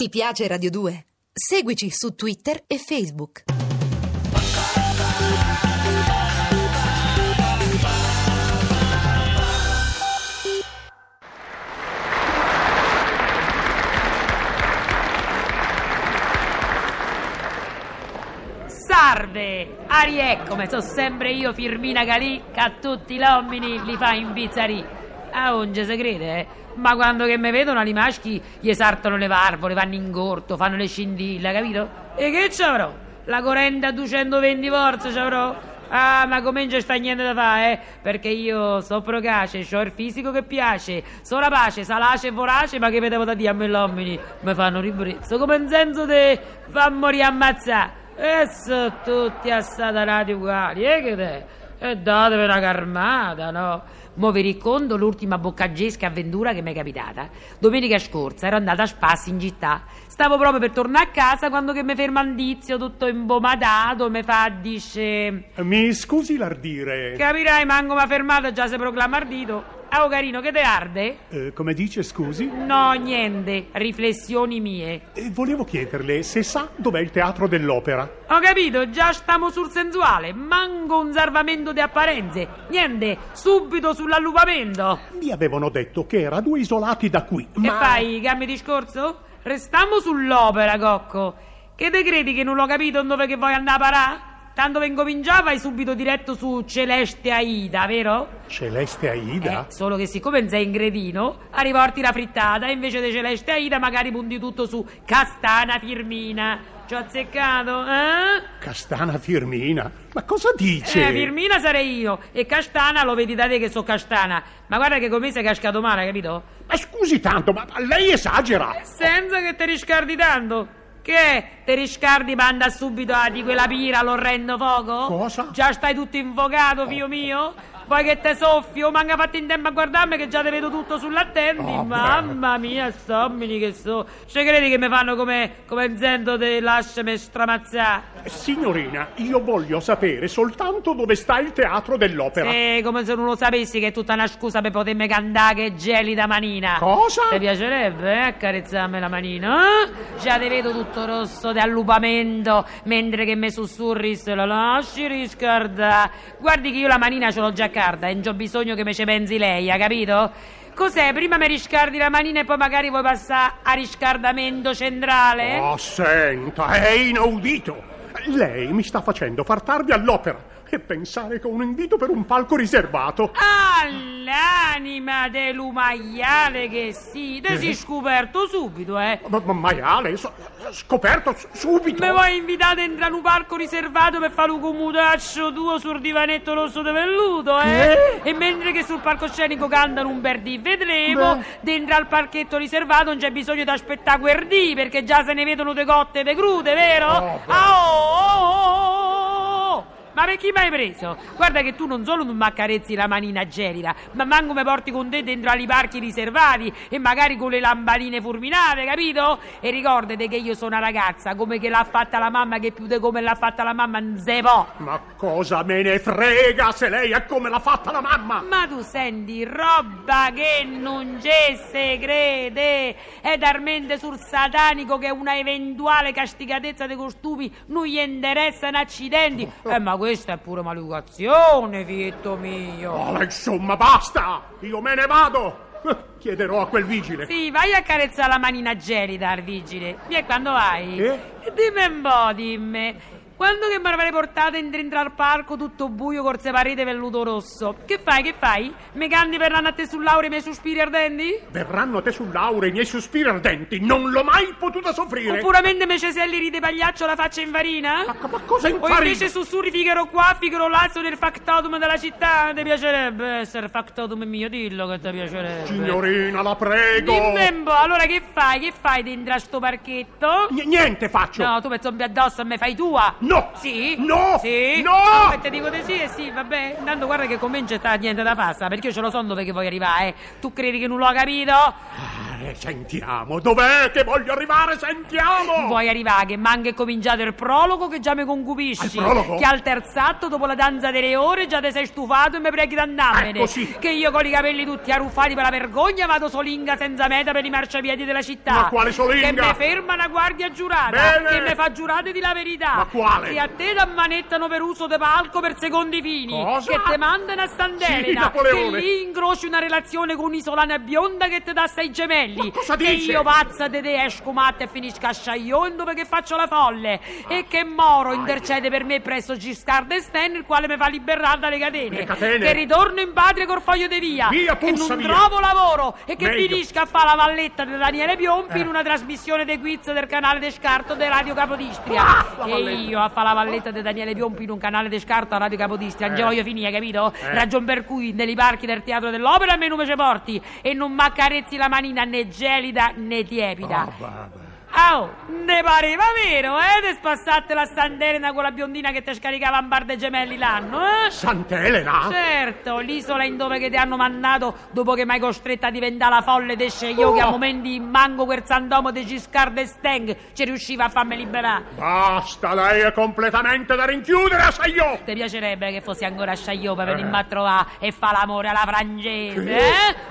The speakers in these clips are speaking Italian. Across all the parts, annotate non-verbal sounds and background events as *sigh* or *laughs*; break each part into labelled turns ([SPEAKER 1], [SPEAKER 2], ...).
[SPEAKER 1] Ti piace Radio 2? Seguici su Twitter e Facebook.
[SPEAKER 2] Salve! Ariè, come ecco, so sempre io, Firmina Calì, che a tutti gli uomini li fa in pizzarì. Ah, non ci si crede, eh? Ma quando che mi vedono, i maschi gli saltano le varvole, vanno in gorto, fanno le scindilla, capito? E che c'avrò? La corrente a 220 forze c'avrò? Ah, ma comincia sta niente da fare, eh? Perché io so procace, ho il fisico che piace, so la pace, salace e vorace, ma che vedevo da dire a me gli uomini? Mi fanno ribrezzo, come in senso di fammi riammazzare. E sono tutti assatanati uguali, eh che te? E datevi una carmata, no? Mo vi ricordo l'ultima boccaggesca avventura che mi è capitata. Domenica scorsa ero andata a Spassi in città. Stavo proprio per tornare a casa quando che mi ferma un tizio tutto imbomatato, mi fa, dice...
[SPEAKER 3] Mi scusi l'ardire.
[SPEAKER 2] Eh. Capirai, manco ma fermata già si proclama ardito. Ah, oh, carino, che te arde?
[SPEAKER 3] Eh, come dice, scusi?
[SPEAKER 2] No, niente, riflessioni mie.
[SPEAKER 3] Eh, volevo chiederle se sa dov'è il teatro dell'opera.
[SPEAKER 2] Ho capito, già stiamo sul sensuale, manco un salvamento di apparenze. Niente, subito sull'allupamento.
[SPEAKER 3] Mi avevano detto che era due isolati da qui,
[SPEAKER 2] Che
[SPEAKER 3] ma...
[SPEAKER 2] fai, cambi discorso? Restiamo sull'opera, Cocco. Che te credi che non l'ho capito dove che vuoi andare a parà? Tanto vengo cominciare vai subito diretto su Celeste Aida, vero?
[SPEAKER 3] Celeste
[SPEAKER 2] Eh,
[SPEAKER 3] Aida?
[SPEAKER 2] solo che siccome non sei in gredino, arrivorti la frittata e invece di Celeste Aida magari punti tutto su Castana Firmina. Ci ho azzeccato, eh?
[SPEAKER 3] Castana Firmina? Ma cosa dice?
[SPEAKER 2] Eh, Firmina sarei io e Castana lo vedi da te che so Castana. Ma guarda che con me sei cascato male, capito?
[SPEAKER 3] Ma scusi tanto, ma ma lei esagera.
[SPEAKER 2] Senza che te riscardi tanto. Che? Te riscardi manda subito a di quella pira l'orrendo fuoco?
[SPEAKER 3] Cosa?
[SPEAKER 2] Già stai tutto invocato, figlio mio? Vuoi che te soffio? Manca fatto in tempo a guardarmi che già te vedo tutto sull'attenti.
[SPEAKER 3] Oh, beh.
[SPEAKER 2] Mamma mia, stommini che so. Cioè credi che mi fanno come, come in zento te lasciami stramazzare?
[SPEAKER 3] Signorina, io voglio sapere soltanto dove sta il teatro dell'opera.
[SPEAKER 2] Eh, come se non lo sapessi che è tutta una scusa per potermi cantare che gelida manina.
[SPEAKER 3] Cosa?
[SPEAKER 2] Ti piacerebbe eh, accarezzarmi la manina? eh? Già ti vedo tutto rosso di allupamento, mentre che mi sussurri se la lasci riscardà. Guardi che io la manina ce l'ho già carta e non c'ho bisogno che me ce pensi lei, ha capito? Cos'è? Prima mi riscardi la manina e poi magari vuoi passare a riscardamento centrale?
[SPEAKER 3] Oh, senta, è inaudito. Lei mi sta facendo far tardi all'opera e pensare che ho un invito per un palco riservato.
[SPEAKER 2] All'anima dell'umaiale che sì, te si scoperto subito, eh.
[SPEAKER 3] Ma, ma maiale, so- scoperto s- subito.
[SPEAKER 2] Me vuoi invitare dentro a un parco riservato per fare un comutaccio tuo sul divanetto rosso di velluto, eh? E mentre che sul palcoscenico cantano un berdì vedremo,
[SPEAKER 3] Beh.
[SPEAKER 2] dentro al parchetto riservato non c'è bisogno di aspettare quel dì, perché già se ne vedono de cotte e de crude, vero?
[SPEAKER 3] Oh, beh.
[SPEAKER 2] Ah, oh, oh, oh, oh, oh. Ma per chi mi hai preso? Guarda che tu non solo non mi accarezzi la manina gelida, ma manco mi porti con te dentro ai parchi riservati e magari con le lampadine fulminate, capito? E ricordate che io sono una ragazza, come che l'ha fatta la mamma, che più di come l'ha fatta la mamma non se può.
[SPEAKER 3] Ma cosa me ne frega se lei è come l'ha fatta la mamma?
[SPEAKER 2] Ma tu senti roba che non c'è se crede è talmente sul satanico che una eventuale castigatezza dei costumi non gli interessano accidenti. Eh, ma questa è pure maleducazione, figlietto mio.
[SPEAKER 3] Oh, ma insomma, basta! Io me ne vado! *laughs* Eh, Chiederò a quel vigile.
[SPEAKER 2] Sì, vai a carezzare la manina gelida al vigile. E quando vai?
[SPEAKER 3] Eh?
[SPEAKER 2] Dimmi un po', dimmi. Quando che mi avrei portato in dentro al parco tutto buio col separete velluto rosso? Che fai, che fai? Mi canni per la notte sull'aure e mi sospiri ardenti?
[SPEAKER 3] Verranno a te sull'aure i miei sospiri ardenti. Non l'ho mai potuta soffrire.
[SPEAKER 2] Oppure mentre me ceselli ride pagliaccio la faccia in farina?
[SPEAKER 3] Ma, ma cosa
[SPEAKER 2] O
[SPEAKER 3] impari?
[SPEAKER 2] invece sussurri figaro qua, figaro là del factotum della città? Ti piacerebbe essere factotum mio? Dillo che ti piacerebbe.
[SPEAKER 3] Signorina, la prego!
[SPEAKER 2] Dimmi un po', allora che fai? Che fai dentro a sto parchetto?
[SPEAKER 3] N- niente faccio!
[SPEAKER 2] No, tu mi zombi addosso e me fai tua.
[SPEAKER 3] No!
[SPEAKER 2] Sì?
[SPEAKER 3] No!
[SPEAKER 2] Sì?
[SPEAKER 3] No!
[SPEAKER 2] Ah, ma te dico di sì e sì, vabbè. Intanto guarda che comincia a stare niente da passa, perché io ce lo so dove che vuoi arrivare, eh. Tu credi che non l'ho capito?
[SPEAKER 3] Ah, Eh, sentiamo, dov'è che voglio arrivare? Sentiamo!
[SPEAKER 2] Vuoi arrivare che manca e cominciate il prologo che già mi concupisci?
[SPEAKER 3] Al Ah, prologo?
[SPEAKER 2] Che al terzatto, dopo la danza delle ore, già te sei stufato e mi preghi di andarmene.
[SPEAKER 3] Ecco, sì.
[SPEAKER 2] Che io con i capelli tutti arruffati per la vergogna vado solinga senza meta per i marciapiedi della città.
[SPEAKER 3] Ma quale solinga?
[SPEAKER 2] Che mi ferma una guardia giurata.
[SPEAKER 3] Bene.
[SPEAKER 2] Che mi fa giurare di la verità.
[SPEAKER 3] Ma quale?
[SPEAKER 2] Che a te da manettano per uso de palco per secondi fini.
[SPEAKER 3] Cosa?
[SPEAKER 2] Che te mandano a
[SPEAKER 3] Sì,
[SPEAKER 2] Sandelena. che
[SPEAKER 3] Napoleone.
[SPEAKER 2] lì incroci una relazione con un'isolana bionda che te dà sei gemelli.
[SPEAKER 3] Ma cosa
[SPEAKER 2] che
[SPEAKER 3] dice?
[SPEAKER 2] io pazza te te esco matta e finisco a sciaiondo perché faccio la folle e che Moro intercede per me presso Giscard d'Estaing il quale mi fa liberare dalle catene,
[SPEAKER 3] Le catene?
[SPEAKER 2] che ritorno in patria col foglio di via
[SPEAKER 3] Via,
[SPEAKER 2] che
[SPEAKER 3] puzza,
[SPEAKER 2] non
[SPEAKER 3] via.
[SPEAKER 2] trovo lavoro e che
[SPEAKER 3] Meglio.
[SPEAKER 2] finisca a fare la valletta di Daniele Piompi
[SPEAKER 3] Eh.
[SPEAKER 2] in una trasmissione dei quiz del canale De Scarto di Radio Capodistria
[SPEAKER 3] Ah, la
[SPEAKER 2] e
[SPEAKER 3] valletta.
[SPEAKER 2] io a fare la valletta di Daniele Piompi in un canale De Scarto a Radio Capodistria non
[SPEAKER 3] Eh.
[SPEAKER 2] ci voglio finire capito?
[SPEAKER 3] Eh.
[SPEAKER 2] ragion per cui nei parchi del teatro dell'opera a me non me ci porti e non m'accarezzi la manina né gelida né tiepida
[SPEAKER 3] Ah, vabbè.
[SPEAKER 2] Oh, ne pareva vero, eh? Te spassatte la Sanderena con la biondina che te scaricava in bar dei gemelli l'anno, eh?
[SPEAKER 3] Sant'Elena?
[SPEAKER 2] Certo, l'isola in dove che ti hanno mandato dopo che mai costretta a diventare la folle desce io che a
[SPEAKER 3] Oh.
[SPEAKER 2] momenti mango quel sandomo di Giscard d'Estaing ci riusciva a farmi liberare.
[SPEAKER 3] Basta, lei è completamente da rinchiudere a Saillot!
[SPEAKER 2] Ti piacerebbe che fossi ancora a Sciaiopa
[SPEAKER 3] Eh.
[SPEAKER 2] per venirmi a trovare e fa l'amore alla francese, eh?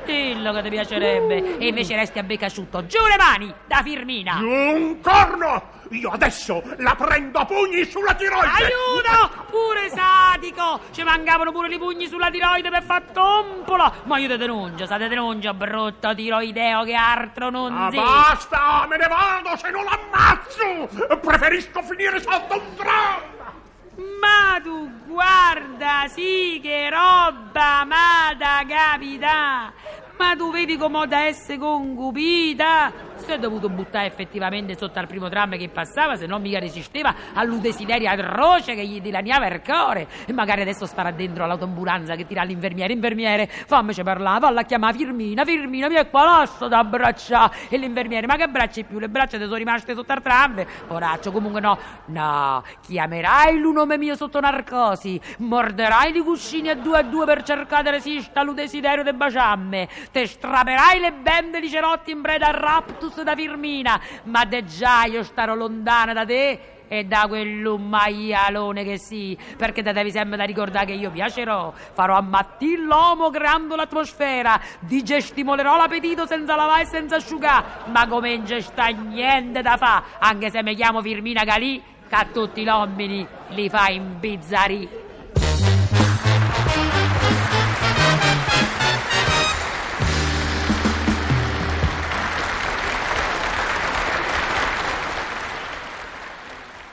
[SPEAKER 2] Dillo che ti piacerebbe e invece resti a beccasciutto. Giù le mani, da Firmina!
[SPEAKER 3] Giù un corno! Io adesso la prendo a pugni sulla tiroide!
[SPEAKER 2] Aiuto! Pure sadico! Ci mancavano pure i pugni sulla tiroide per far tompola! Ma io te denuncio, sa te denuncio, brutto tiroideo che altro non
[SPEAKER 3] Ma
[SPEAKER 2] si!
[SPEAKER 3] Ah, basta, me ne vado se non l'ammazzo! Preferisco finire sotto un treno!
[SPEAKER 2] Ma tu guarda, sì che roba, ma da capita! Ma tu vedi come ho da essere concupita! Si è dovuto buttare effettivamente sotto al primo tram che passava, se no mica resisteva all'udesiderio atroce che gli dilaniava il cuore. E magari adesso starà dentro all'autoambulanza che tira l'infermiere, infermiere, fammici parlare, valla a chiamare Firmina, Firmina, mi è qua l'asso da abbracciare. E l'infermiere, ma che abbracci più? Le braccia ti sono rimaste sotto al tram? Oraccio, comunque no, no, chiamerai il nome mio sotto narcosi, morderai i cuscini a due a due per cercare di resistere al desiderio de baciamme, te straperai le bende di cerotti in breda raptus da Firmina, ma de già io starò lontana da te e da quell'ummaialone che sì, perché te devi sempre da ricordare che io piacerò, farò ammattire l'uomo creando l'atmosfera, digestimolerò l'appetito senza lavare e senza asciugare, ma come in gesta niente da fa, anche se mi chiamo Firmina Galì, che a tutti gli uomini li fa imbizzarì.